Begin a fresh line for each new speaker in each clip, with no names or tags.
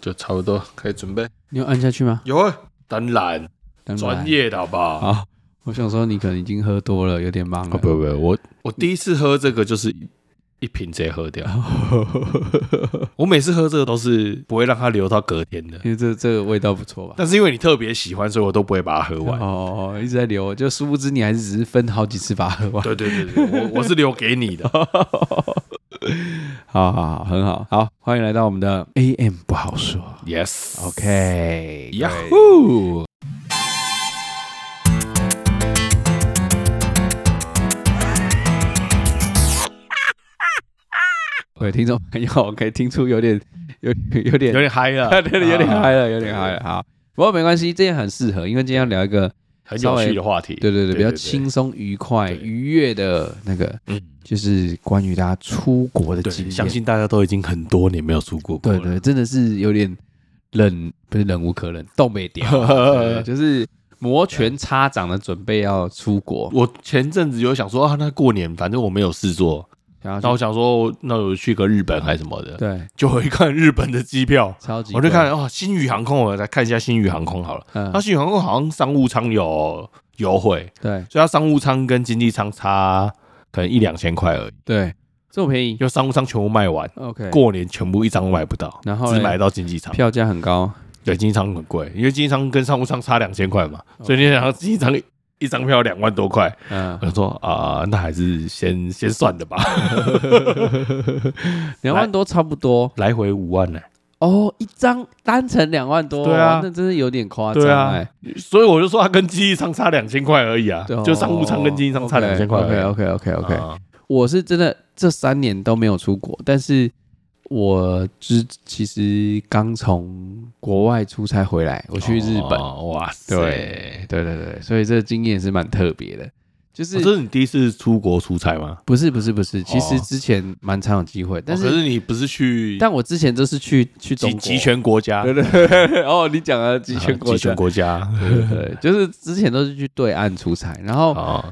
就差不多可以准备。
你有按下去吗？
有啊，当然
当然
专。业的好不好？
好，我想说你可能已经喝多了，有点忙了。
哦，不不，我我第一次喝这个就是一一瓶直接喝掉。我每次喝这个都是不会让它留到隔天的，
因为这这个味道不错吧？
但是因为你特别喜欢，所以我都不会把它喝完。
哦，一直在流，就殊不知你还是只是分好几次把它喝完。
对对对对，我我是留给你的。
好好好，很好，好，欢迎来到我们的 AM 不好说。
Yes。
OK，
呀
各位
呼！
各位听众朋友可以听出有点有有点
有点嗨了，啊
对对，有点嗨了，有点嗨了。好，不过没关系，这也很适合，因为今天要聊一个，
很有趣的话题。
对对对，
对
比较轻松、愉快、
对
愉悦的那个，
嗯，
就是关于大家出国的经
对，
验。
相信大家都已经很多年没有出过国
对
了。
对，真的是有点忍，不是忍无可忍，冻没掉，对呃就是摩拳擦掌的准备要出 国，
我前阵子有想说啊，那过年反正我没有事做，
然
那
后
我想说，那我去个日本还是什么的，
对，
就我一看日本的机票，
超级
我就
贵
看，哦，新宇航空，我来看一下新宇航空好了。
嗯
那，新宇航空好像商务舱有优惠，
对
所以它商务舱跟经济舱差可能一两千块而已，
对，这么便宜
因为商务舱全部卖完，
，OK，
过年全部一张都买不到，
然后
只
嘞
买到经济舱。
票价很高，
对，经济舱很贵，因为经济舱跟商务舱差两千块嘛，
哦
所以你想要经济舱一一张票两万多块，
嗯
我，就说啊、那还是先先算了吧，
两万多差不多，
来回五万呢、啊
哦，一张单程两万多，
对啊
那真是有点夸张、
对啊
哎，
所以我就说它跟经济舱差两千块而已啊，
对啊，
就商务舱跟经济舱差两千块而已
OK
啊。
OK OK OK，、
啊
我是真的这三年都没有出国，但是我之其实刚从国外出差回来，我去日本，
哦哇塞！
对对对对，所以这个经验也是蛮特别的，就是、
哦这是你第一次出国出差吗？
不是不是不是，其实
哦
之前蛮常有机会，但是、
哦可是你不是去
但我之前都是去去中
集
国
集。权国家，
对对对， 哦，你讲了集权国
集
家
权，国家
对对，就是之前都是去对岸出差，然后
哦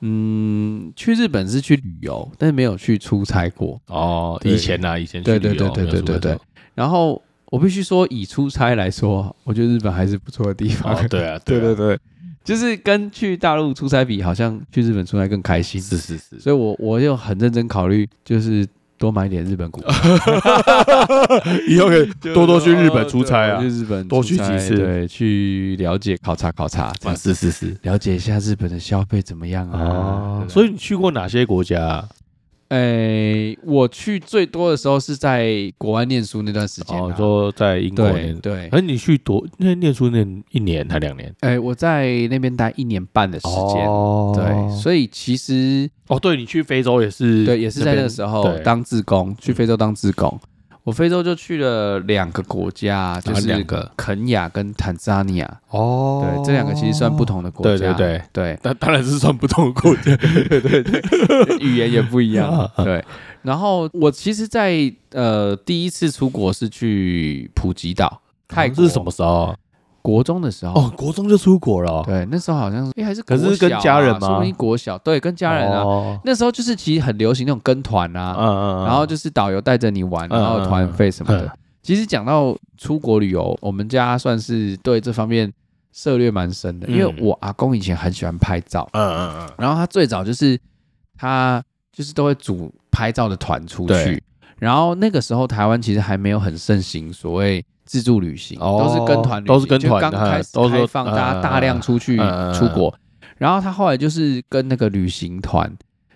嗯，去日本是去旅游，但是没有去出差过。
哦，
对
以前呐，以前去
对
旅
对
游
对对对对对，。然后我必须说，以出差来说，我觉得日本还是不错的地
没
方。
有出门哦对啊，
对
对
对
啊，
对， 就是跟去大陆出差比，好像去日本出差更开心。
是是是，
所以我我又很认真考虑，就是多买一点日本股票，
以后可以多多去日本
哦
出差啊
对我去日本
多去
出差
几次
对，去了解考察考察，这
啊
样
是是是
了解一下日本的消费怎么样啊
哦。。
对
所以你去过哪些国家啊？
诶、哎我去最多的时候是在国外念书那段时间、啊。
哦，说在英国
对
念，
对，
而你去多那念书念一年还两年
诶、我在那边待一年半的时间。
哦
对，所以其实
哦，对你去非洲也是
对，也是在那个
边
时候
对嗯
当志工，去非洲当志工。我非洲就去了两个国家，就
哪
是
两个
肯雅跟坦桑尼亚。
哦，
对，这两个其实算不同的国
对
家。
对对，
对
但当然是算不同的国 家。
对，语言也不一 样。
啊
对，然后我其实在，呃第一次出国是去普吉岛，泰国
啊是什么时候？
国中的时候。
哦，国中就出国了哦。
对，那时候好像是，哎、还是
可是
国小
跟家人
啊
吗
说不定国小，对，跟家人啊。
哦
那时候就是其实很流行那种跟团
嗯
啊，
嗯嗯
然后就是导游带着你玩，
嗯
然后团费什么的。
嗯
其实讲到出国旅游，我们家算是对这方面涉略蛮深的，因为
嗯
我阿公以前很喜欢拍照，
嗯嗯嗯，
然后他最早就是他就是都会组拍照的团出去
对，
然后那个时候台湾其实还没有很盛行所谓自助旅行，
哦
都是跟团旅行，
都是跟团
就刚开始
嗯都是
开放，
嗯
大家大量出去
嗯嗯嗯
出国，然后他后来就是跟那个旅行团，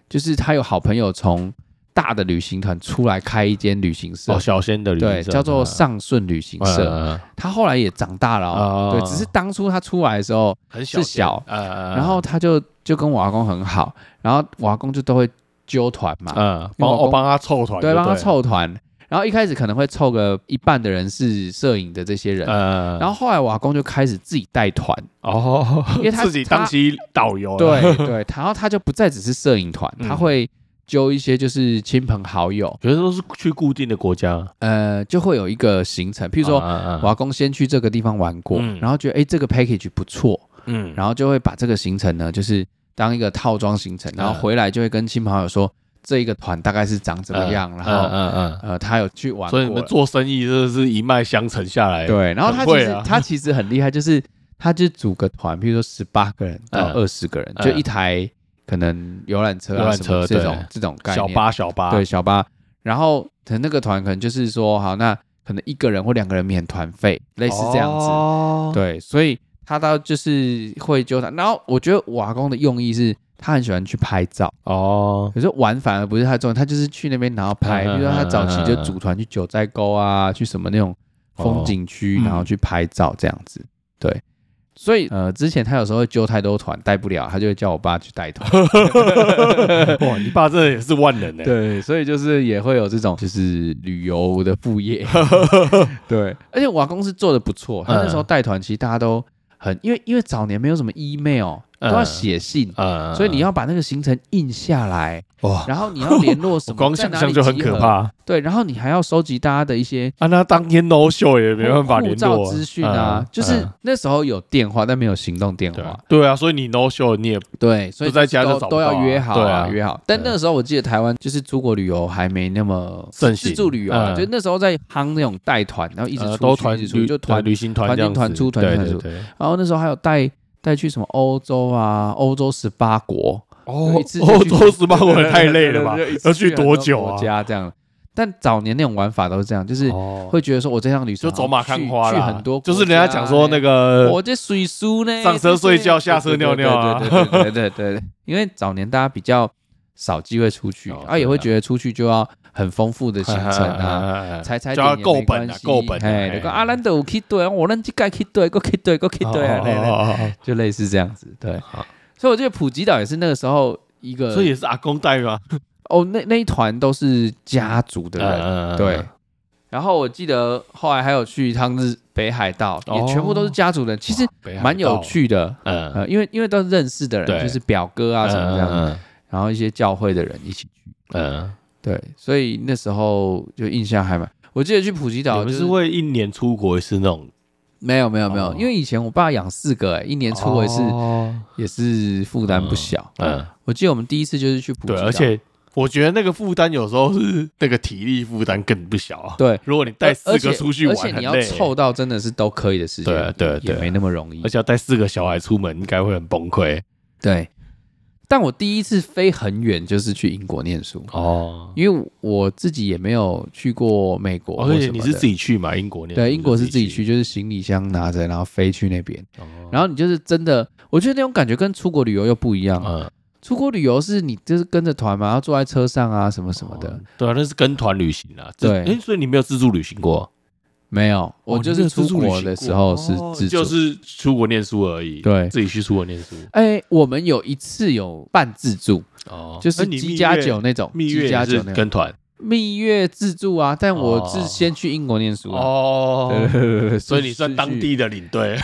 就是他有好朋友从大的旅行团出来开一间旅行社
哦，。小仙的旅行
啊对，
社
叫做上顺旅行
嗯
社。
嗯嗯嗯
他后来也长大了、哦，
哦
对，只是当初他出来的时候，
很
是小
嗯嗯嗯
然后他就就跟我阿公很好，然后我阿公就都会揪团嘛，
嗯，
因为
帮
我
我
公
帮他凑团就
对，
了，
帮他凑团。然后一开始可能会凑个一半的人是摄影的这些人，
嗯。嗯，
然后后来我阿公就开始自己带团，
哦，
因为他
自己当起导游，，
对对，然后他就不再只是摄影团，他
嗯
会揪一些就是亲朋好友，
觉得都是去固定的国家，啊
呃，就会有一个行程，譬
比
如说。我
说，
阿公先去这个地方玩过，
嗯
然后觉得哎、诶这个 package 不错，
嗯，嗯
然后就会把这个行程呢，就是当一个套装行程，然后回来就会跟亲朋好友说，这一个团大概是长怎么样，
嗯
然后
嗯嗯
呃他有去玩
嗯，
过
所以
了，
你们做生意真的是一脉相承下来，，
对，然后他
很
其
会
实、
啊
他其实很厉害，就是他就组个团，譬如说十八个人到
嗯
二十个人，就
嗯
一台可能游览车、啊、
游览
什么
车
这
对
种这种概
小啊
念，
八小八，
对小巴，然后可能那个团可能就是说好，那可能一个人或两个人免团费，类似这样子，
哦子，
对，所以他到就是会纠缠，然后我觉得瓦工的用意是。他很喜欢去拍照，
哦，
可是玩反而不是他的重点，他就是去那边然后拍。
嗯
比如说他早期就
嗯嗯嗯
组团去九寨沟啊，去什么那种风景区，
哦嗯
然后去拍照这样子。对，所以呃，之前他有时候会揪太多团带不了，他就会叫我爸去 带团。
哇，你爸这也是万能欸的，
对，所以就是也会有这种就是旅游的副 业。对，而且瓦工是做的不错，他那
嗯
时候带团其实大家都很，因为因为早年没有什么 email，都
嗯
要写信。
呃
所以你要把那个行程印下来，
嗯哇，
然后你要联络什
我
么，
光
在
想
哪
象
里
就很
集
可
合
怕啊！
对，然后你还要收集大家的一些
那当天 no show 也没办法
护
联
照
络
资讯啊
嗯，
就是
嗯
那时候有电话，但没有行动电
对
话
啊，对啊，所以你 no show 你也
对，所以
不在家就
都
找不
都要
到啊
约好
对
啊，
啊
约好。但那个时候我记得台湾就是出国旅游还没那么
盛行
自助旅游啊，
嗯
就那时候在夯那种带团，然后一直
呃
出
都
去，一
团
直出去
旅
就团
对旅行团
团
这样
进团
子
出团进
对
团
对
出
对
然后那时候还有带带去什么欧洲啊，欧洲十八国，
哦
一次就
欧
去
洲十八国也太累了吧？
对对对对
要去
一次很
多
多
久
国
啊
家这样。但早年那种玩法都是这样，就是
哦，
会觉得说我这趟旅程
就走马
好像
看
去
花
去
啦，
很多国
就
家啊，
是人家讲说那
哎
个
我这水书呢，
上车睡觉
这些
下车尿尿啊
对对对对对对对对因为早年大家比较少机会出去，
哦
然后也会觉得出去就要很丰富的行程啊。
啊
踩踩
就
点
要
也
够
没
本啊
关系
够本啊
哎，
嘿
那个阿兰德有去对，我咱这该去对，个去对，个去对啊，来来
啊，
就类似这样子，对
好。
所以我觉得普吉岛也是那个时候一个，
所以也是阿公带吗？
哦，那那一团都是家族的人，
嗯
对，。然后我记得后来还有去一趟日北海道，也
哦
全部都是家族人，其实蛮有，趣的。
嗯嗯
呃，因为因为都是认识的人，
对
就是表哥啊什么这样，
嗯
然后一些教会的人一起去，
嗯，
对，所以那时候就印象还蛮。我记得去普吉岛、
你
就
们是会一年出国一次那种，
没有没有没有，
哦
因为以前我爸养四个、哎，一年出国一次、
哦
也是负担不小。
嗯，
我记得我们第一次就是去普吉
对，
岛，
而且我觉得那个负担有时候是那个体力负担更不小啊。
对
如果你带四
而
个
且
出去玩，
而且你
很
要
累欸
凑，到真的是都可以的时间，
对对
也
对啊
没那么容易
而。且要带四个小孩出门，应该会很崩溃
对，但我第一次飞很远就是去英国念书，
哦。
因为我自己也没有去过美国或什
而
么的，
哦且你是自己去嘛？英国那
对，英国是自己去，，就是行李箱拿着，然后飞去那边，
然
然后你就是真的，我觉得那种感觉跟出国旅游又不一样。
嗯
出国旅游是你就是跟着团嘛，然后坐在车上啊，什么什么的。
哦对啊，那是跟团旅行啊。自
对
诶所以你没有自助旅行过？
没有，我
哦
就
你没
是
有
出
自助旅
国
行
的
过
时候是
哦
自助。
就是出国念书而已，
对
自己去出国念书。
哎、我们有一次有半自助，
哦
就是
那你
鸡
蜜
加
月
酒那种，
蜜
鸡
月
加
也
酒
是
那种
跟团
蜜月自助啊，但我是
哦
先去英国念书啊。对
哦，
对对对对
所以
是
你算
是
当
去
地的领队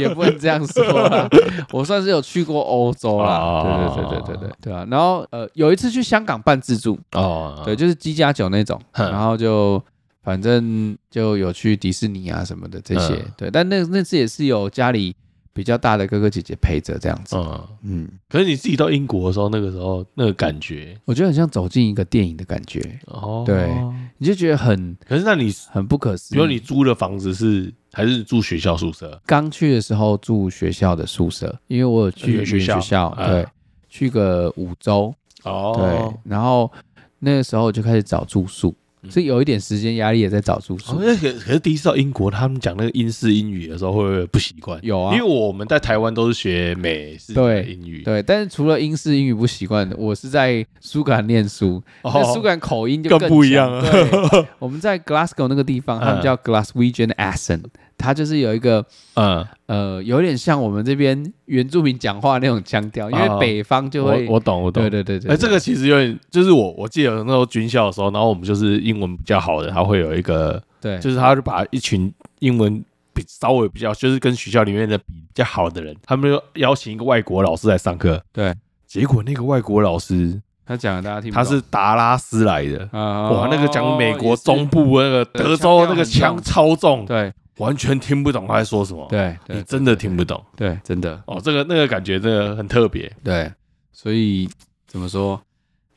也不能这样说啦，我算是有去过欧洲啦，
哦
对对对对对对对啊。然后呃，有一次去香港办自助，
哦
对，就是鸡加酒那种，
哼
然后就反正就有去迪士尼啊什么的这些
嗯，
对。但那那次也是有家里比较大的哥哥姐姐陪着这样子，
嗯。
嗯，
可是你自己到英国的时候，那个时候那个感觉
我觉得很像走进一个电影的感觉，
哦，
对你就觉得很
可是那你
很不可思
比如
议
你。租的房子是还是住学校宿舍？
刚去的时候住学校的宿舍，因为我有去
语言学校嗯
对，去个五周，对
哦，，
然后那个时候就开始找住宿，
嗯
所以有一点时间压力也在找住
哦
宿。
那可可是第一次到英国，他们讲那个英式英语的时候，会不会不习惯？
有啊
因为我们在台湾都是学美式的
对
英语，
对，但是除了英式英语不习惯，我是在苏格兰念书，
哦
那苏格兰口音就
更
强
不一样啊
对，我们在 Glasgow 那个地方，他们
嗯
叫 Glaswegian accent，它就是有一个
嗯，
呃，有点像我们这边原住民讲话那种腔调，因为
哦
北方就会
我，我懂，我懂
对。对对对，
哎，这个其实有点，就是我我记得那时候军校的时候，然后我们就是英文比较好的，他会有一个，
对
就是他就把一群英文比稍微比较，就是跟学校里面的比比较好的人，他们就邀请一个外国老师来上课，
对，
结果那个外国老师
他讲的大家听不
他
懂，
是达拉斯来的，
啊
哇，那个讲美国中，部那个
对
德州那个
腔
腔
调很
超重
也是，对
完全听不懂他在说什么，
对
你
对
真的听不懂
对，真的。
哦。这个那个感觉真的很特别，
对，所以怎么说，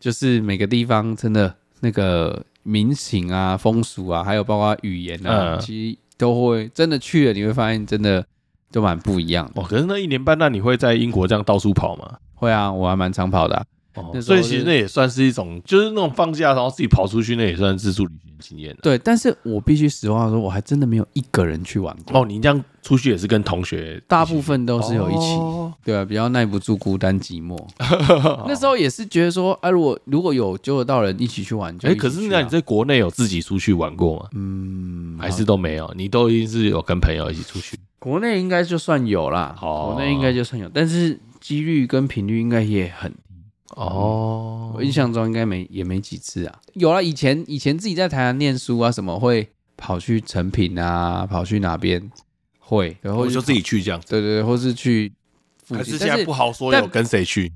就是每个地方真的那个民情啊、风俗啊，还有包括语言啊，
嗯
其实都会真的去了，你会发现真的都蛮不一样的。
哦，可是那一年半，那你会在英国这样到处跑吗？
会啊，我还蛮常跑的啊、
哦，
那时
所
候
以其
就
实
是
那也算是一种，就是那种放假然后自己跑出去，那也算是自助旅行经验了。
对，但是我必须实话说，我还真的没有一个人去玩过，
哦，你这样出去也哦是跟同学，
大部分都
都
是有一起。对啊，比较耐不住孤单寂寞。 那时候也是觉得说，啊，如果如果有揪得到人一起去玩，就
哎、
一起
可是
去
那
啊
你在国内有自己出去玩过吗？
嗯，
还是都没有？你都一定是有跟朋友一起出去。
国内应该就算有啦，
哦
国内应该就算有，但是几率跟频率应该也很，
哦
我印象中应该没也没几次啊。有啦，以前以前自己在台南念书啊，什么会跑去成品啊，跑去哪边会，然后
哦我就自己去这样。
对对对，或是去附
可
近，
是现
但
在
是
不好说
但
有跟谁 去。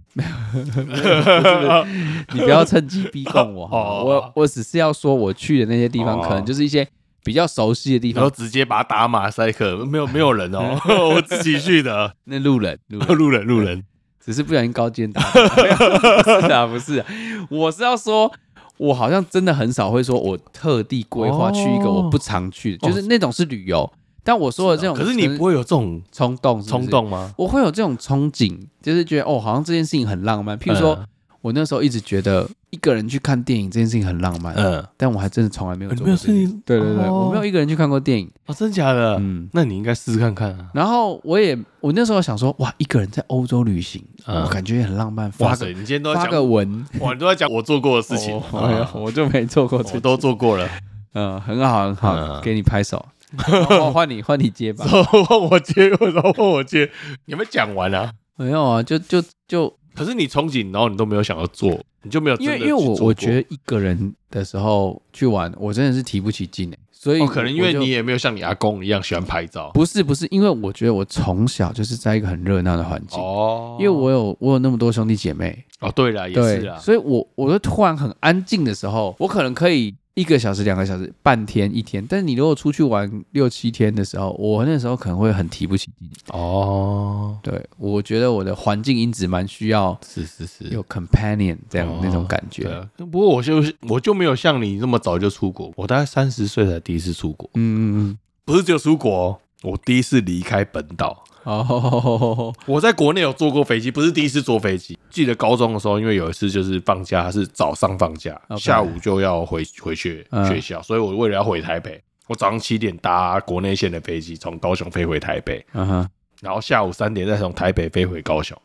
你不要趁机逼 供我，好吗
哦
我我只是要说我去的那些地方，
哦
可能就是一些比较熟悉的地
然后
方，
直接把它打马赛克，没有没有人哦， 我自己去的，
那路人路人，
路人路人，
只是不小心高尖打。 不是啊，不是啊，我是要说。我好像真的很少会说，我特地规划去一个我不常去的，
哦
就是那种是旅游。但我说 的这种，
可是你不会有这种
冲动，
冲，动吗？
我会有这种憧憬，就是觉得哦，好像这件事情很浪
嗯
漫。譬如说，我那时候一直觉得一个人去看电影这件事情很浪漫，
嗯，
但我还真的从来没有
嗯，你
做
没
过
有
这件
事
事。
情，
对对对，
哦
我没有一个人去看过电影。
哦，真假的？
嗯，
那你应该试试看看啊。
然后我也我那时候想说，哇，一个人在欧洲旅行，
嗯
我感觉也很浪漫，
哇
发
塞，
个
你今天都在
发个
讲，
文
哇，你都在讲我做过的事情，
哦
啊
没有我就没做过这
我
个，
都做过了，
嗯，很好很好，
嗯
给你拍 手，然后换你换你接吧
然。后问我接，然后问我接，你有没有讲完啊？
没有啊，就就就
可是你憧憬，然后你都没有想要做，你就没有真
因
的
为
去
因为我
做过
我觉得一个人的时候去玩，我真的是提不起劲哎，所以
哦，可能因为
我就
你也没有像你阿公一样喜欢拍照
不是不是，因为我觉得我从小就是在一个很热闹的环境，
哦，
因为我有我有那么多兄弟姐妹，
哦，对了，也是
对，
啊，
所以我我就突然很安静的时候，我可能可以一个小时、两个小时、半天、一天，但是你如果出去玩六七天的时候，我那时候可能会很提不起劲。
哦，
对，我觉得我的环境因子蛮需要
是是是，
有 companion 这样、
哦
那种感觉。
对啊，不过我就是我就没有像你那么早就出国，我大概三十岁才第一次出国，
嗯嗯嗯，
不是只有出国哦、我第一次离开本岛。
哦，
我在国内有坐过飞机，不是第一次坐飞机。记得高中的时候，因为有一次就是放假是早上放假
OK
下午就要回回去
嗯
学校，所以我为了要回台北，我早上七点搭国内线的飞机从高雄飞回台北，
嗯哼，
然后下午三点再从台北飞回高雄，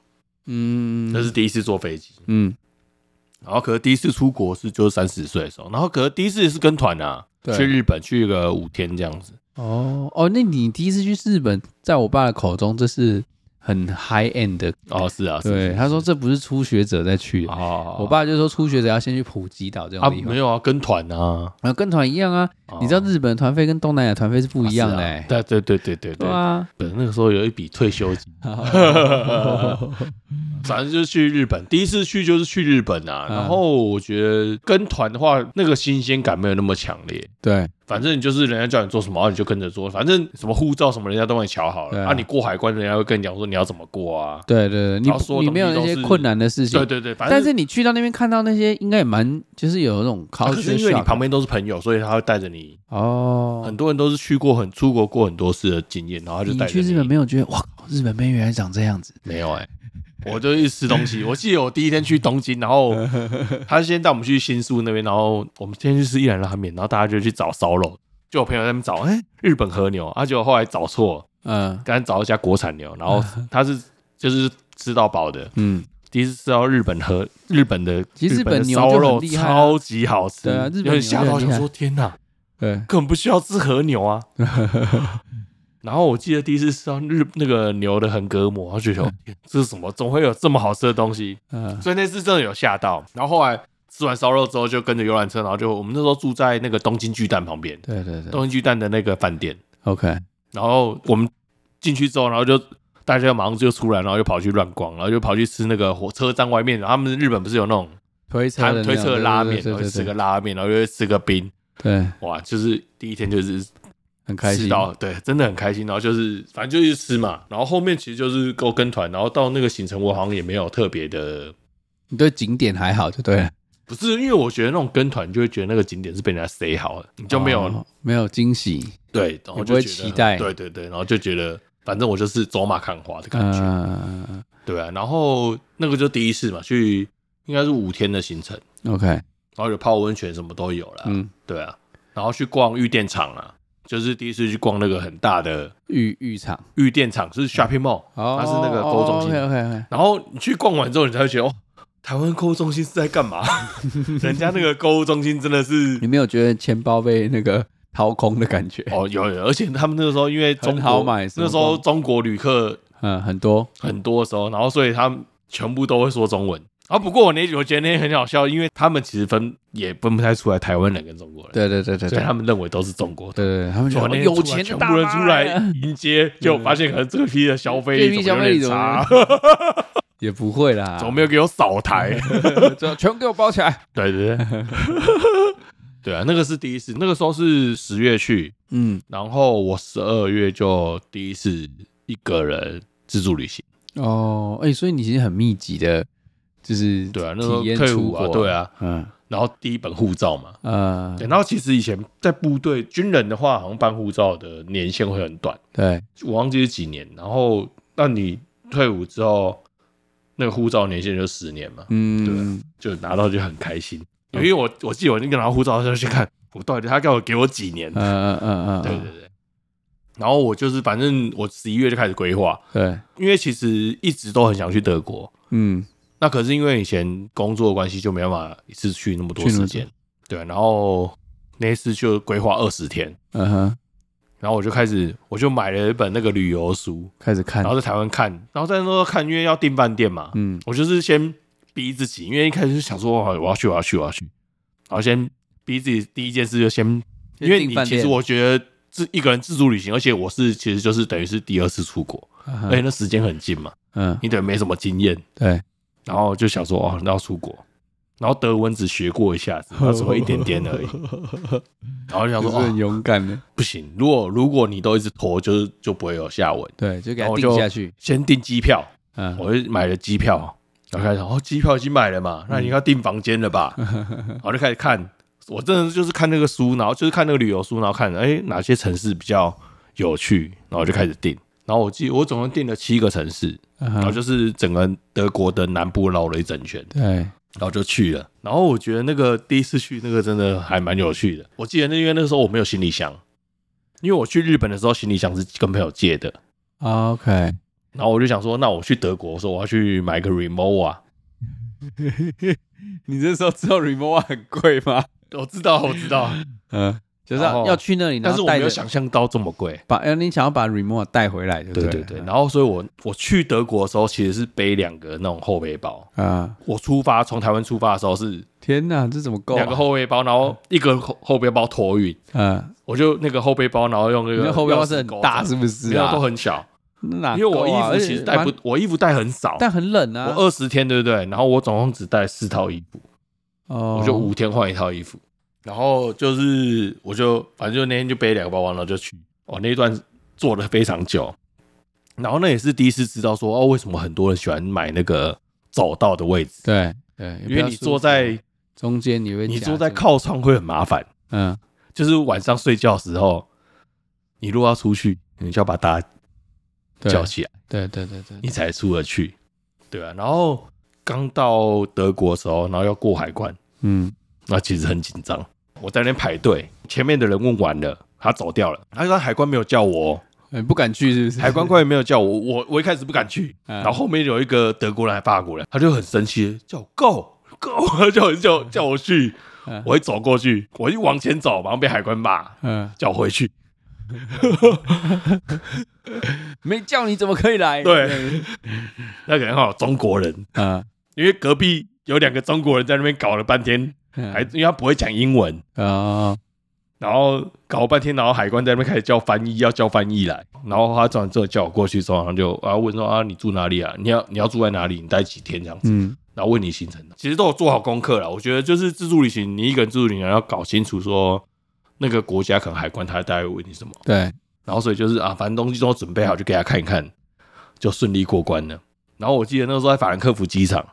嗯，
这是第一次坐飞机。
嗯，
然后可是第一次出国是就是三十岁的时候，然后可是第一次是跟团啊，
对
去日本去个五天这样子。
哦哦，那你第一次去日本，在我爸的口中，这是很 high end 的。
哦，是啊，是
对，他说这不是初学者在去的。
哦，
我爸就说初学者要先去普吉岛这种
啊
地方，
没有啊，跟团啊，
然后跟团一样啊，
哦
你知道日本的团费跟东南亚团费是不一样的、
啊
欸
是啊对对对对对
对
对，
啊，
对那个时候有一笔退休金， 反正就是去日本，第一次去就是去日本啊。
嗯
然后我觉得跟团的话，那个新鲜感没有那么强烈。
对
反正你就是人家叫你做什么，然后你就跟着做。反正什么护照什么，人家都帮你瞧好
对
了。
啊
啊，你过海关，人家会跟你讲说你要怎么过啊。
对对对，你
然后所有
你
东西
没有那些
都是
困难的事情，
对对对，反正
但是你去到那边看到那些，应该也蛮就是有那种
啊
culture shock
可是因为你旁边都是朋友，所以他会带着你。
哦，
很多人都是去过很出国过很多次的经验，然后他就
你
带着
去
你。
日本没有觉得哇靠，日本妹原来长这样子，
没有哎、我就一直吃东西。我记得我第一天去东京，然后他先带我们去新宿那边，然后我们先去吃一兰拉面，然后大家就去找烧肉。就我朋友在那边找，哎、日本和牛，啊，结果后来找错了，
嗯
刚才找一家国产牛， 然后他是就是吃到饱的，
嗯，
第一次吃到日本和日本的，
其实
日本
日本
的
牛
烧
就
肉
很厉害啊
超级好吃，
对啊日本
有
牛
点吓到，
就很厉
想
害
说天哪，
对，
根本不需要吃和牛啊。然后我记得第一次吃到日那个牛的横膈膜，然后就觉得天这是什么？总会有这么好吃的东西？
嗯
所以那次真的有吓到。然后后来吃完烧肉之后，就跟着游览车，然后就我们那时候住在那个东京巨蛋旁边，
对对对
东京巨蛋的那个饭店。
，OK，
然后我们进去之后，然后就大家马上就出来，然后就跑去乱逛，然后就跑去吃那个火车站外面。然后他们日本不是有那种
推车
他
的
们推
那
车的
种
拉面，
对
然后
对
就吃
对
个
对，
拉面，然后又吃个冰，
对，
哇！就是第一天就是
很开
吃
心，
到对，真的很开心。然后就是反正就一直吃嘛，然后后面其实就是跟我跟团，然后到那个行程我好像也没有特别的，
你对景点还好就对了，
不是因为我觉得那种跟团就会觉得那个景点是被人家塞好的，你就没有、
哦没有惊喜，
对，然后
不
就
会
觉得
期待
对对对，然后就觉得反正我就是走马看花的感觉，
嗯
对啊。然后那个就第一次嘛，去应该是五天的行程，
，OK，
然后有泡温泉什么都有啦，
嗯，
对啊。然后去逛玉电厂啊，就是第一次去逛那个很大的
浴浴场，
玉电厂，就是 shopping mall，、
哦，
它是那个购物中心。
，OK OK，
然后你去逛完之后，你才会觉得哦，台湾购物中心是在干 嘛？人家那个购物中心真的是
你没有觉得钱包被那个掏空的感觉？
哦，有有，而且他们那个时候因为中
很好
国
买什么
那时候
逛
中国旅客
嗯，很多，
很多的时候，然后所以他们全部都会说中文。啊，不过我那我觉得那天很好笑，因为他们其实分也分不太出来台湾人跟中国人，
对对对对
所以
对
他们认为都是中国的。
对对，他们觉
哇
得
那天
有
出来
钱的
全
大
部人出来
妈呀
迎接，就发现可能这批的消费
这
力
批
怎
消
么
费
有
力
点
怎么
差，
也不会 啦，
怎么没有给我扫台？
就全给我包起来。
对对 对，对啊，那个是第一次，那个时候是十月去，
嗯，
然后我十二月就第一次一个人自助旅行。
哦，哎，所以你其实很密集的，就是
对啊，那时候
体验
退
出
伍啊
国，，
对，啊，
嗯
然后第一本护照嘛。
呃
对，然后其实以前在部队军人的话，好像办护照的年限会很短，
对，
我忘记是几年。然后那你退伍之后，那个护照年限就十年嘛，
嗯，
就拿到就很开心。因为我我记得我那个拿护照的时候去看，我到底他给我给我几年
嗯？嗯嗯嗯，
对对对。然后我就是反正我十一月就开始规划，
对，
因为其实一直都很想去德国，
嗯，
那可是因为以前工作的关系，就没办法一次去那么多
去那么
时间。对，然后那一次就规划二十天，
嗯哼，
然后我就开始，我就买了一本那个旅游书，
开始看
然，后在台湾看，然后在那时候看，因为要订饭店嘛，
嗯，
我就是先逼自己，因为一开始就想说，哦哇我要去，我要去，我要去，然后先逼自己，第一件事就先，因为
订
你
饭
其实
店
我觉得自一个人自助旅行，而且我是其实就是等于是第二次出国，而且
嗯
那时间很近嘛，
嗯，
你等于没什么经验，
对，
然后就想说哦，那要出国，然后德文只学过一下子，然后只会一点点而已， 然 后就想
不
说
是很
哦，
勇敢的，
不行，如果如果你都一直拖，就是就不会有下文。
对，就给
然
他
后我
定
就
下去，
先订机票，
嗯，
我就买了机票，然后开始想哦，机票已经买了嘛，那你要订房间了吧？
嗯
然后就开始看，我真的就是看那个书，然后就是看那个旅游书，然后看哎哪些城市比较有趣，然后我就开始订。然后我记，我总共订了七个城市，
嗯
然后
哼
就是整个德国的南部绕了一整圈。
对，
然后就去了。然后我觉得那个第一次去那个真的还蛮有趣的。我记得那因为那时候我没有行李箱，因为我去日本的时候行李箱是跟朋友借的。
OK，
然后我就想说，那我去德国，我说我要去买个 remote 啊。
你这时候知道 remote 很贵吗？
我知道，我知 道，
嗯，就是
然后
要要去那里，
但是我没有
有
想象到这么贵。
把，呃你想要把 remote 带回来，对不
对对
对
对，然后所以我我去德国的时候其实是背两个那种后背包。
啊，
我出发从台湾出发的时候是
天哪，这怎么够啊？
两个后背包，然后一个后后背包托运，
嗯，
我就那个后背包，然后用那
你
个
的后背包是
钥匙
很
钩
大，
子
是不是
没有
啊
都？很小，
那
因为我衣服
而
其
且
实带不
哎蛮，，
我衣服带很少，
但很冷啊。
我二十天对不对？然后我总共只带四套衣服，
哦，
我就五天换一套衣服。然后就是我就反正就那天就背两个包包，然后就去。哦，那一段做了非常久，然后那也是第一次知道说哦，为什么很多人喜欢买那个走道的位置，
对对，
因为你坐在
中间，你会
你
啊夹
坐在
住，
靠窗会很麻烦，
嗯，
就是晚上睡觉的时候，你如果要出去，你就要把大家
对
叫起来。
对对对对，
你才出得去，对啊。然后刚到德国的时候，然后要过海关，
嗯，
那其实很紧张。我在那边排队，前面的人问完了，他走掉了。他说海关没有叫我哦，
哎不敢去是不是？
海关官员没有叫我，我我一开始不敢去。
嗯
然后后面有一个德国人还法国人，他就很生气，叫我 go go，叫我叫我叫我去
嗯，
我一走过去，我一往前走，马上被海关骂，
嗯，
叫我回去。
没叫你怎么可以 来？
对，那个人好中国人，
嗯，
因为隔壁有两个中国人在那边搞了半天，
嗯，
还因为他不会讲英文，
啊，
然后搞半天，然后海关在那边开始叫翻译，要啊叫翻译来，然后他转之后叫我过去之后，然后就啊问说啊你住哪里啊？你要你要住在哪里？你待几天这样子？
嗯，
然后问你行程，其实都有做好功课了。我觉得就是自助旅行，你一个人自助旅行要搞清楚说那个国家可能海关他大概会问你什么，
对，
然后所以就是啊，反正东西都准备好，就给他看一看，就顺利过关了。然后我记得那个时候在法兰克福机场，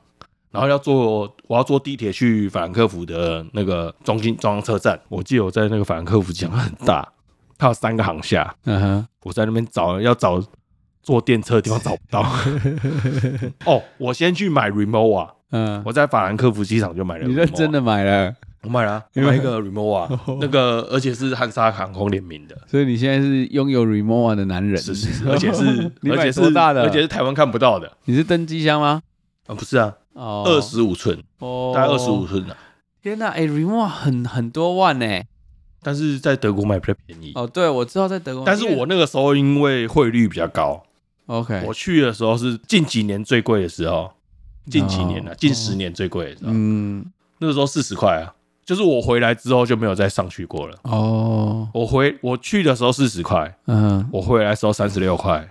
然后要坐我要坐地铁去法兰克福的那个中心中央车站。我记得我在那个法兰克福机场很大，它有三个航厦，
嗯哼，
我在那边找要找坐电车的地方找不到。 哦，我先去买 Remova，
嗯，
我在法兰克福机场就买了。
你认真的？哦买 了，
我买了啊，我买一个 Remova，那个而且是汉莎航空联名的。
所以你现在是拥有 Remova 的男人，
是是，是，而且是
你
而
买
且
多
是
大的
而且是台湾看不到的
你是登机箱吗？
啊，不是啊，
哦，
二，十五寸，
哦
大概二十五。寸啊，
天呐，哎，Remova 很很多万呢。
但是在德国买比较便宜。
哦，对，我知道在德国，
但是
因为
我那个时候因嗯为汇率比较高，
OK，
我去的时候是近几年最贵的时候，近几年啊，
哦
近十年最贵的时候，
嗯，
那个时候四十块啊，就是我回来之后就没有再上去过了。
哦，
我回我去的时候四十块，
嗯
我回来的时候三十六块，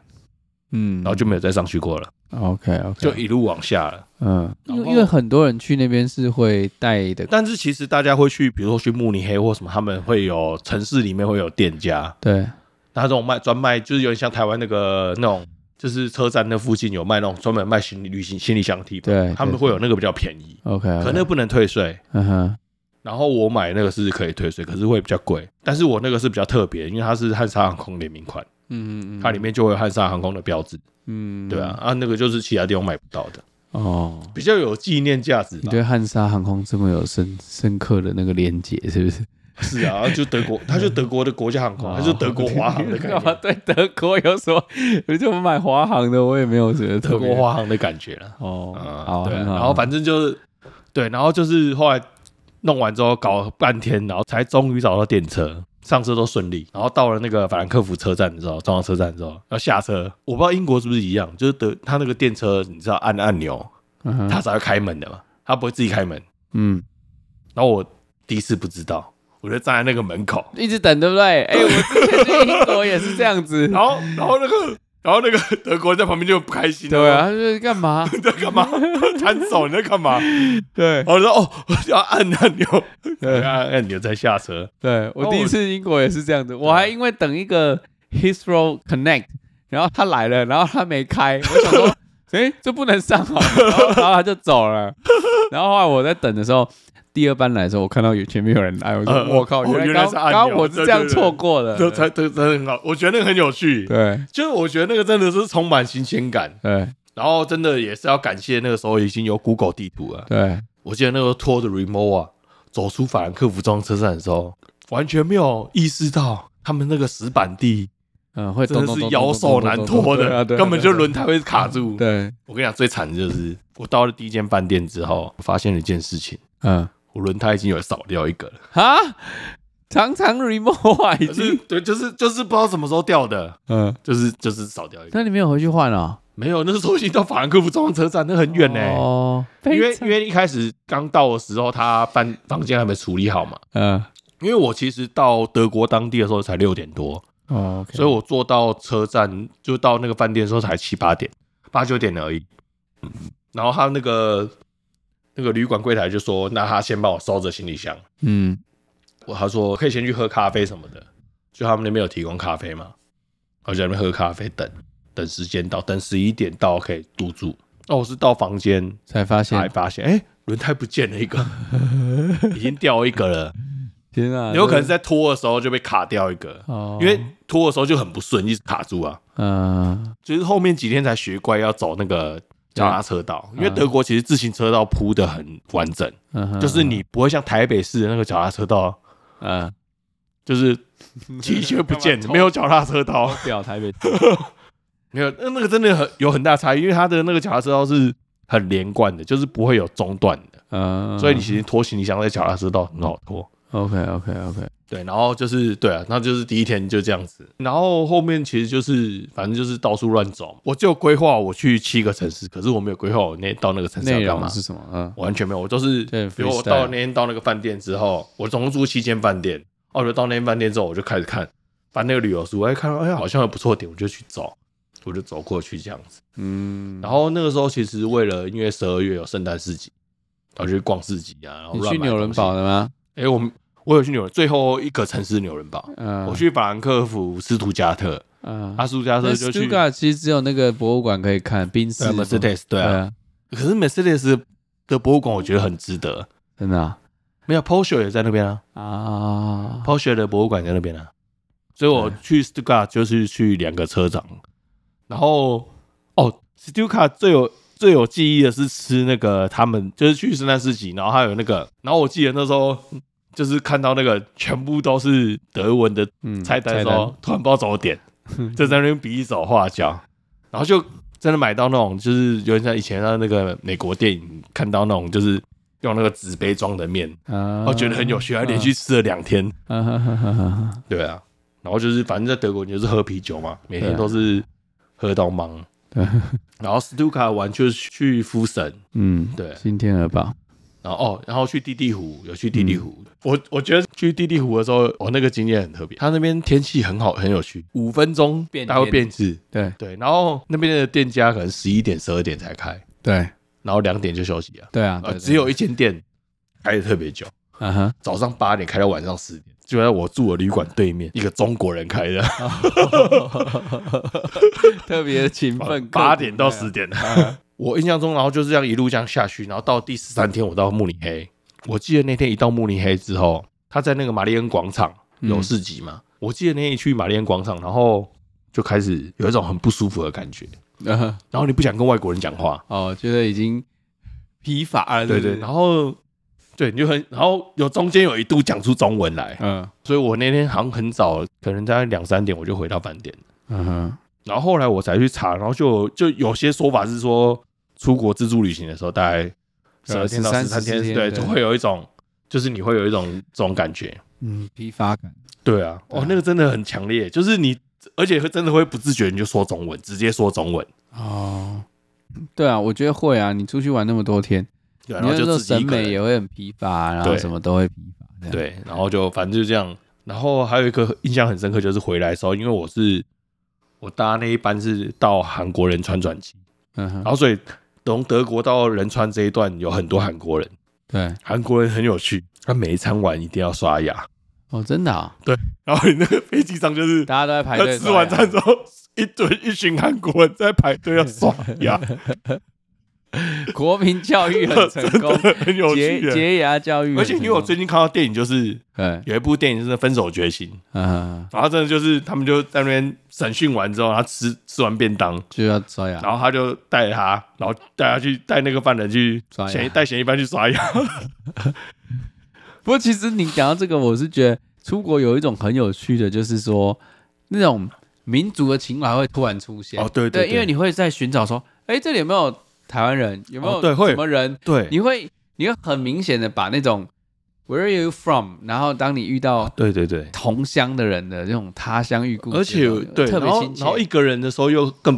嗯，
然后就没有再上去过了，
OK OK，
就一路往下了。
嗯，因
然后
为因为很多人去那边是会带的，
但是其实大家会去，比如说去慕尼黑或什么，他们会有城市里面会有店家，
对，
那这种卖专卖就是有点像台湾那个那种，就是车站那附近有卖那种专门卖行李旅行行李箱的地方，
对
他们
对
会有那个比较便宜，
OK，
可那个不能退税。
嗯哼，
然后我买那个是可以退税，可是会比较贵。但是我那个是比较特别，因为它是汉莎航空联名款，
嗯嗯
它里面就会有汉莎航空的标志，
嗯
对啊，，啊那个就是其他地方买不到的，
哦，
比较有纪念价值
你
吧。
对汉莎航空这么有深深刻的那个连结，是不是？
是啊，就德国，它就德国的国家 航
哦
空，它就德国华航的感
干 嘛
觉，
对德国有什么？我就买华航的，我也没有觉得
德
特别
国华航的感觉了。
哦，好，
嗯，对，
很好
然后反正就是对，然后就是后来弄完之后搞半天，然后才终于找到电车，上车都顺利。然后到了那个法兰克福车站之后，中央车站之后要下车，我不知道英国是不是一样，就是德他那个电车，你知道按按钮
嗯哼
它才会开门的嘛，它不会自己开门。
嗯，
然后我第一次不知道，我就站在那个门口，
一直等，对不对？哎，我之前去英国也是这样子，
然后然后那个然后那个德国人在旁边就不开心，
对啊，，他就是干 嘛？
你在干嘛？ 摊手你在干嘛？
对
我说哦，我要按按钮，按按钮再下车。
对，
哦
我第一次英国也是这样子，
啊
我还因为等一个 Heathrow Connect，然后他来了，然后他没开，我想说，哎，这不能上啊，然后然后他就走了，然后后来我在等的时候。第二班来的时候，我看到有前面有人来，我说
呃：“
我靠，
哦
原
原来
来
是按
刚
钮
刚我是这样错过的。”
这才这真的很好，我觉得那个很有趣，
对
就是我觉得那个真的是充满新鲜感，
对
然后真的也是要感谢那个时候已经有 Google 地图了。
对，
我记得那个拖着 Remo 啊，走出法兰克福中央车站的时候，完全没有意识到他们那个石板地
嗯，会
真的是摇手难拖的，根本就轮胎会卡住。
对，
我跟你讲，最惨的就是我到了第一间饭店之后，我发现了一件事情，
嗯
我轮胎已经有少掉一个了，
啊，常常 remote 啊已
可是
经，
对，就是就是不知道什么时候掉的，
嗯，
就是就是少掉一个。
那你没有回去换啊？
没有，那时候已经到法兰克福中央车站，那很远呢、
哦，
因为因为一开始刚到的时候，他搬房间还没处理好嘛。
嗯
因为我其实到德国当地的时候才六点多，
哦，OK，
所以我坐到车站就到那个饭店的时候才七八点、八九点而已。嗯然后他那个那个旅馆柜台就说：“那他先帮我收着行李箱。
嗯”
我他说可以先去喝咖啡什么的，就他们那边有提供咖啡嘛，我就在那边喝咖啡等等时间到，等十一点到可以入住。那我是到房间
才发
才
现，
发现，哎、轮胎不见了一 个，已经掉一个了。
天啊，
有可能在拖的时候就被卡掉一个，
哦，
因为拖的时候就很不顺，一直卡住啊。
嗯
就是后面几天才学乖，要走那个脚踏车道，因为德国其实自行车道铺的很完整，
嗯哼，
就是你不会像台北市的那个脚踏车道，
嗯
就是奇缺不见
干嘛，抽
没有脚踏车道，
表台北，
没有那那个真的很有很大差异，因为它的那个脚踏车道是很连贯的，就是不会有中断的，
嗯，
所以你其实拖行李箱在脚踏车道很好拖。
OK OK OK，
对，然后就是对啊，那就是第一天就这样子，然后后面其实就是反正就是到处乱走。我就规划我去七个城市，可是我没有规划我那到那个城市
内
要干
容
嘛，
是什么？嗯
我完全没有。我就是
对
比如我
freestyle
到那天到那个饭店之后，我总共住七间饭店，哦，我就到那间饭店之后，我就开始看翻那个旅游书，哎，看到哎好像有不错的点，我就去走，我就走过去这样子。
嗯，
然后那个时候其实为了因为十二月有圣诞市集，然后就去逛市集啊，然后
嗯你
乱
去
买
纽伦
东西
堡，的吗？
哎，我们我有去纽伦，最后一个城市纽伦堡。
嗯，
我去啊法兰克福、斯图加特，
嗯
阿。斯图加特
那
就去
Stuttgart 其实只有那个博物馆可以看，宾士
呃啊 Mercedes，对
对
啊。
啊，
可是 Mercedes 的的博物馆，我觉得很值得。
真的啊
没有 p o s h e 也在那边啊
啊
p o s h e 的博物馆在那边啊。所以我去 Stuttgart 就是去两个车展，然后哦，Stuttgart 最有最有记忆的是吃那个他们就是去圣诞市集，然后还有那个，然后我记得那时候就是看到那个全部都是德文的
嗯
菜单的时候，突然不知道怎么 点，就在那边比一手画脚，然后就真的买到那种，就是有点像以前的那个美国电影看到那种，就是用那个纸杯装的面，
啊
我觉得很有趣，还连续吃了两天。
啊哈哈哈哈
对啊，然后就是反正在德国你就是喝啤酒嘛，每
对
天
啊
都是喝到忙。
对，
然后斯图卡玩就是去夫神，
嗯，
对
新天鹅堡，
然后哦，然后去地地湖，有去
嗯
地地湖。我我觉得去地地湖的时候，我、那个经验很特别。它那边天气很好，很有趣，五分钟
变
它会
天
变质。
对
对，然后那边的店家可能十一点、十二点才开，
对啊
然后两点就休息啊。
对啊，
呃，
对
只有一间店开的特别久，
对啊哈，
早上八点开到晚上十点，就在我住的旅馆对面，一个中国人开的，
特别勤奋，
哦
哎
八点
啊
到十点。我印象中，然后就是这样一路这样下去，然后到第十三天，我到慕尼黑。我记得那天一到慕尼黑之后，他在那个玛丽恩广场有市集嘛。我记得那天一去玛丽恩广场，然后就开始有一种很不舒服的感觉，
啊哈，
然后你不想跟外国人讲话，
哦，觉得已经疲乏了，
对
是不
对，
是
然后对你就很，然后有中间有一度讲出中文来，
嗯
所以我那天好像很早，可能在两三点我就回到饭店，
嗯哼，
然后后来我才去查，然后就就有些说法是说，出国自助旅行的时候，大概十二天到
13
啊十三
14
天，
天
对，
对
就会有一种，就是你会有一种这种感觉，
嗯，疲乏感，
对啊，
对啊
哦，那个真的很强烈，就是你，而且会真的会不自觉你就说中文，直接说中文，
哦，对啊，我觉得会啊，你出去玩那么多天，
对啊，然
你
后
那时
就
候
自己一
审
个
美哦
人
也会很疲乏，然后
对
什么都会疲乏，这样，
对，然后就反正就这样。然后还有一个印象很深刻，就是回来的时候，因为我是我搭那一班是到韩国仁川转机，
嗯
然
哼，
后所以从德国到仁川这一段有很多韩国人，
对，
韩国人很有趣，他每一餐完一定要刷牙，
哦，真的啊，
然后你那个飞机上就是
大家都在排
他
队
吃完
刷牙
餐之后，一堆一群韩国人在排队要刷牙，
国民教育很成功，
很有
洁
趣耶。
洁牙教育很成功，
而且因为我最近看到电影，就是
对，
有一部电影是那《分手决心》，
嗯，
然后真的就是他们就在那边审讯完之后，他吃吃完便当，
就要刷牙，
然后他就带他，然后带他去带那个犯人去
刷牙
嫌疑带嫌疑犯去刷牙。
不过其实你讲到这个，我是觉得出国有一种很有趣的，就是说那种民族的情怀会突然出现。
哦对对
对
对
因为你会在寻找说，哎，这里有没有台湾人？有没有
哦对会
什么人？
对
你会你会很明显的把那种 Where are you from？然后当你遇到
对对对，
同乡的人的这种他乡遇故知，
而且对，
特
然
别
后
亲切。
然后一个人的时候又更，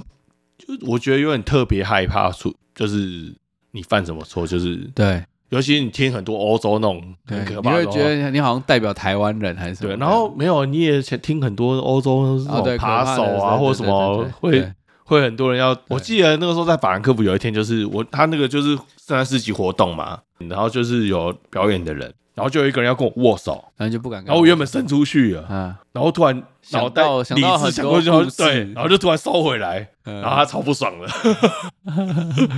就我觉得有点特别害怕出，就是你犯什么错，就是
对
尤其你听很多欧洲那种
对，
很可
你
怕的
会
话，
觉得你好像代表台湾人还是什么
对，
的？
然后没有你也听很多欧洲那
哦对
种扒手啊或者什么会。会很多人要。我记得那个时候在法兰克福有一天，就是我他那个就是圣诞市集活动嘛，然后就是有表演的人，然后就有一个人要跟我握手，
然后就不敢跟他们。
然后我原本伸出去了，
啊，
然后突然脑
想
袋
到想
理
到
智
很
想
多
过去，然后
故事
对，然后就突然收回来，
嗯
然后他超不爽的。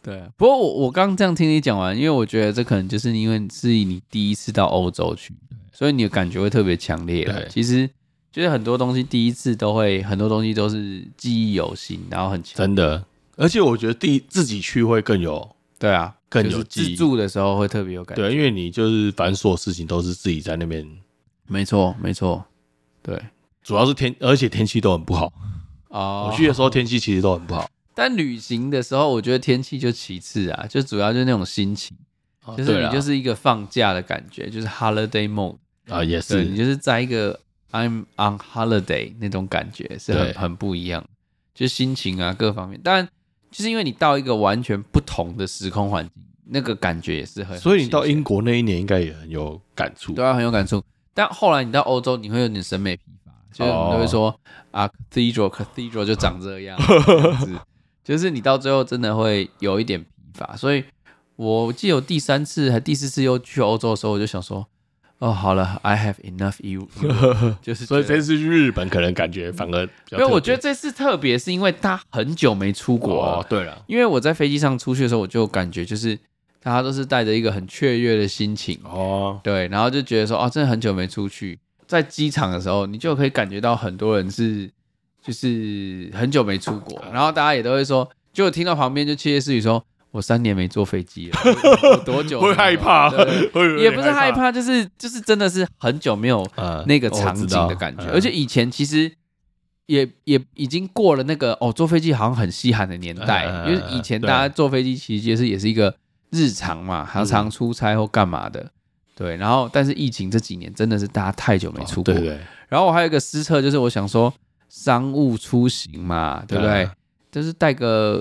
对，不过我我刚刚这样听你讲完，因为我觉得这可能就是因为是你第一次到欧洲去，所以你的感觉会特别强烈啦
对
其实就是很多东西第一次都会，很多东西都是记忆犹新，然后很强。
真的，而且我觉得第自己去会更有。
对啊，
更
就是
有记忆
自助的时候会特别有感觉。
对，因为你就是反正所有事情都是自己在那边，
没错，没错，对。
主要是天，而且天气都很不好。
哦
我去的时候天气其实都很不好，
但旅行的时候，我觉得天气就其次啊，就主要就是那种心情，就是
哦对
你
啦
就是一个放假的感觉，就是 holiday mode。
啊也
对
是
你就是在一个 I'm on holiday 那种感觉是很
对
很不一样，就心情啊各方面。当然，就是因为你到一个完全不同的时空环境，那个感觉也是很。
所以你到
很新
英国那一年应该也很有感触
鲜，对啊很有感触。但后来你到欧洲，你会有点审美疲乏，就是我
哦
们都会说、啊，cathedral cathedral 就长 这样，这样子就是你到最后真的会有一点疲乏。所以我记得我第三次还第四次又去欧洲的时候，我就想说，哦，好了，I have enough you，就是
所以
觉
这
得
次去日本可能感觉反而比较特别，
因为我觉得这次特别是因为他很久没出国了
哦，对了，
因为我在飞机上出去的时候，我就感觉就是大家都是带着一个很雀跃的心情，
哦，
对，然后就觉得说哦，真的很久没出去。在机场的时候，你就可以感觉到很多人是就是很久没出国，然后大家也都会说，就听到旁边就窃窃私语说，我三年没坐飞机了，我我多久没
哦 会
有
害怕，
对对
会有
对
点
也不是害，怕，就是就是真的是很久没有
呃
那个场景的感觉，
嗯啊
而且以前其实也也已经过了那个哦，坐飞机好像很稀罕的年代，
嗯嗯嗯
因为以前
对嗯
大家坐飞机其实就是也是一个日常嘛，常常出差或干嘛的。对，然后但是疫情这几年真的是大家太久没出国，
哦对对对，
然后我还有一个失策，就是我想说商务出行嘛，对不对？
嗯
就是带个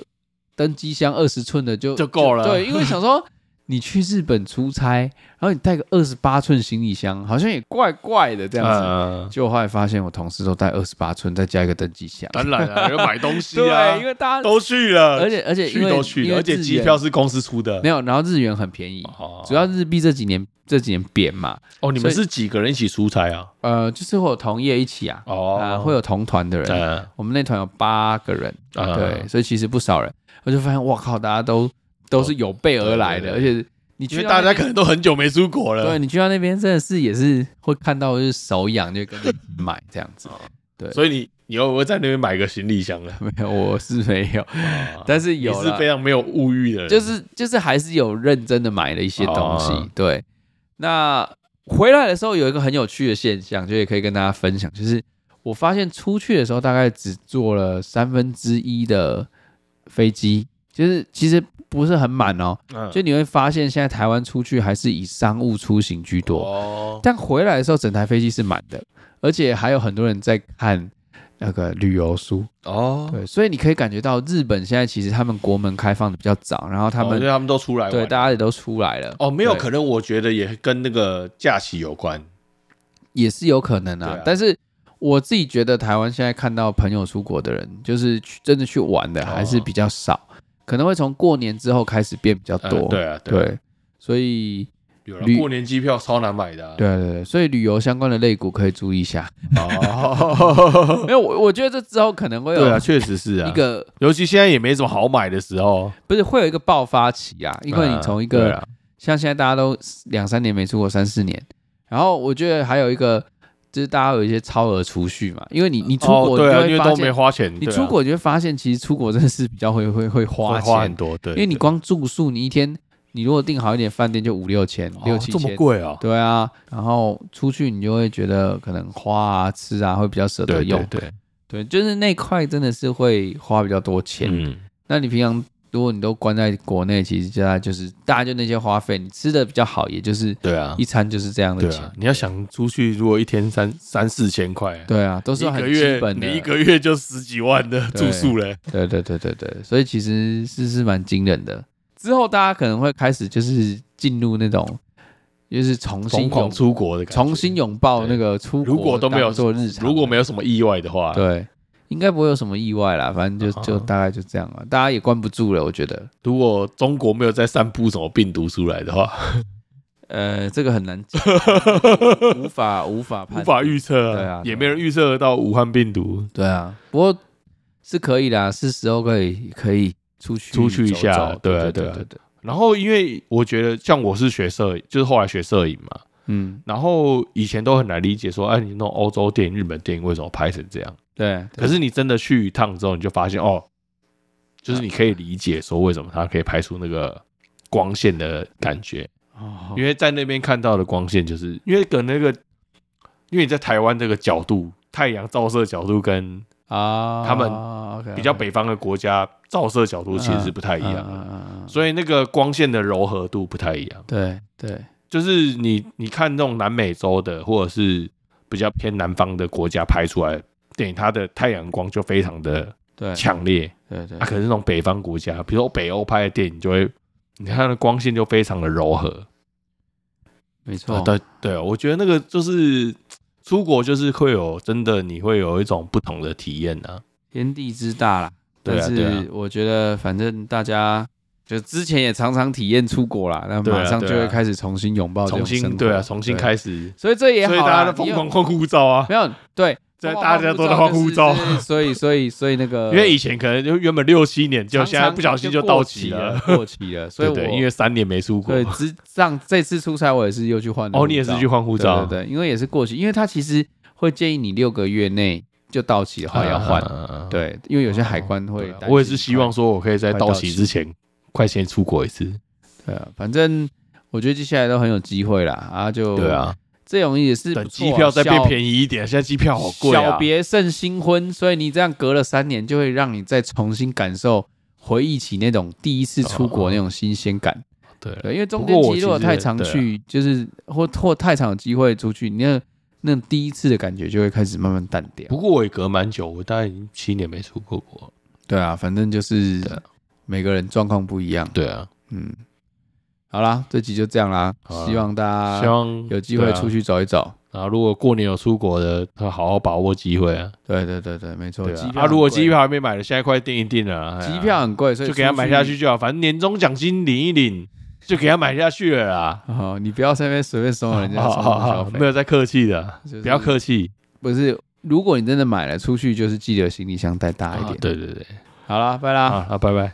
登机箱二十寸的就
就够了
对，因为想说你去日本出差，然后你带个二十八寸行李箱，好像也怪怪 的这样子。
嗯，嗯
就后来发现我同事都带二十八寸，再加一个登机箱。
当然了，要买东西啊
对，，因为大家
都去了，
而且而且因
去
为
都去
因
了，
为
而且
日
机
元
票是公司出的
没。有，然后日元很便宜，
哦
主要日币这几年这几年贬嘛，
哦，你
所
们
以
是几个人一起出差啊？
呃，就是会有同业一起啊，
哦，
啊会有同团的人，
嗯
我们那团有八个人，
啊
对，所以其实不少人。我就发现，哇靠，大家都都是有备而来的，
对
而
对对
且你
因
去
为
到
大
那
家可能都很久没出国
对
了，
你去到那边真的是也是会看到就是手痒就跟着买这样子。
哦所以你你会不会在那边买个行李箱了？
没有，我是没有，
哦
但是
你
有
是
啦
非常没有物欲的人，
就是就是还是有认真的买了一些东西。
哦
对，那回来的时候有一个很有趣的现象，就也可以跟大家分享，就是我发现出去的时候大概只坐了三分之一的飞机，就是其实不是很满哦。
嗯
就你会发现，现在台湾出去还是以商务出行居多，
哦，
但回来的时候，整台飞机是满的，而且还有很多人在看那个旅游书。
哦，
对，所以你可以感觉到日本现在其实他们国门开放的比较早，然后他
哦
们
因为他们都出来玩
对
了，
大家也都出来了，
哦，没有，
对
可能我觉得也跟那个假期有关，
也是有可能
对
啊
啊。
但是我自己觉得，台湾现在看到朋友出国的人，就是去真的去玩的
哦
还是比较少，可能会从过年之后开始变比较
嗯
多。
对啊，啊，
对，所以
有了
旅
过年机票超难买的啊，
对对对，所以旅游相关的类股可以注意一下。
哦，
没有，我我觉得这之后可能会有
对啊，确实是啊，
一个、
尤其现在也没什么好买的时候，
不是会有一个爆发期啊，因为你从一
嗯对
个、
啊
像现在大家都两三年没出国，三四年，然后我觉得还有一个就是大家有一些超额储蓄嘛，因为你你出
哦
国你
对
就
啊，因
会
为
发
都没
现，
花钱，
你
对啊
出国你就会发现其实出国真的是比较会 会会花
会
钱，
花很多，对，
因为你
对
光住宿你一天你如果订好一点饭店就五六千
哦
六七
这么
千。
贵啊，
对啊，然后出去你就会觉得可能花啊、吃啊会比较舍得
对
用
对，对，
对，就是那块真的是会花比较多钱。
嗯，
那你平常如果你都关在国内，其实大家就是大家就那些花费，你吃的比较好，也就是
对啊
一，餐就是这样的
对
钱
啊。，你要想出去，如果一天三三四千块，
对啊，都
一
是很
个
基
月
本的。
你一个月就十几万的
对
住宿嘞，
对对对对对，所以其实是是蛮惊人的。之后大家可能会开始就是进入那种，就是重新
疯狂
拥
出国的感觉，
重新拥抱那个出国，
如果都没有
做日常，
如果没有什么意外的话，
对，应该不会有什么意外啦。反正就就
嗯
大概就这样了，大家也关不住了，我觉得。
如果中国没有再散布什么病毒出来的 话，
呃，这个很难讲， 无法无法
无
判
法预测，
对啊
也没人预测得到武汉病毒。
对啊，不过是可以的，是时候可以可以出去
出去一下
走走
对啊
对
对啊
对对，
然后，因为我觉得像我是学摄影，就是后来学摄影嘛，
嗯，
然后以前都很难理解说，哎，你弄欧洲电影、日本电影为什么拍成这样？
对。
可
是
是你真的去一趟之后，你就发现哦，就是你可以理解说为什么它可以拍出那个光线的感觉，因
为
为在那边看到的光线，就是因为跟那个，因为你在台湾这个角度，太阳照射角度跟
啊，
他们
OK，
比较
OK，
北方的国家照射角度其实是不太一样
嗯
的，
嗯嗯嗯
所以那个光线的柔和度不太一样。
对对
就是你你看那种南美洲的或者是比较偏南方的国家拍出来的电影，它的太阳光就非常的
对
强烈。
对对
啊，可是那种北方国家，比如说北欧拍的电影，就会你看它的光线就非常的柔和。
没错
啊，，对对，我觉得那个就是出国就是会有真的你会有一种不同的体验啊。
天地之大啦。
对啊
但
对啊
是我觉得，反正大家就之前也常常体验出国啦，那
对啊
马上就
对
会
啊
开始重新拥抱哦这
重
种生
新
活
对啊，重新，开始，
所以这也好
所
啊
以
啦，
大家都疯
你有
狂换护照啊，
没有对，
对
疯狂
大家
换
都在换护照
就是就是所以所以所以那个，
因为以前可能就原本六七年，就
常
现在
常
不小心
就
就到期
了，
了，
过期了，所以
对
我
对，因为三年没出国
对，之上这次出差我也是又去换了
哦，你也是去换护
护
照，
对对对，因为也是过期，因为他其实会建议你六个月内就到期的话要换，
嗯，嗯嗯嗯
对，因为有些海关会
对啊
担心
我也是希望说我可以在
快到
到期
期
之前快先出国一次，
对啊，反正我觉得接下来都很有机会啦，啊就
对，啊，
这种也是
等机票再变
宜，
便宜一点，现在机票好贵
小
啊，
别胜新婚，所以你这样隔了三年，就会让你再重新感受。回忆起那种第一次出国那种新鲜感，
对
对，因为中
哦不
间
过我
其实如果
其实
太常
对啊
去，就是或或太常有机会出去，你那那种第一次的感觉就会开始慢慢淡掉。
不过我也隔蛮久，我大概已经七年没出过国了，
对啊，反正就是
对啊
每个人状况不一样。
对啊，
嗯，好啦，这集就这样啦，
好啦
希望大
希
家
望
有机会
对啊
出去走一走。
然后如果过年有出国的，要好好把握机会啊。
对对对对，没错。
对
机
啊，
票
啊，如果
很贵
机票还没买的，现在快订一订了啊。哎呀
机票很贵，所以
就给他买下去
出去。
就好，反正年终奖金领一领，就给他买下去了啦。
哦，你不要在那边随便收哦人家
好
冲
好
动消
好，没
费，
有在客气的，
就是
不要客气
不是。如果你真的买了出去，就是记得行李箱带大一
啊
点。
对对对，
好啦，拜啦。
啊，好拜拜。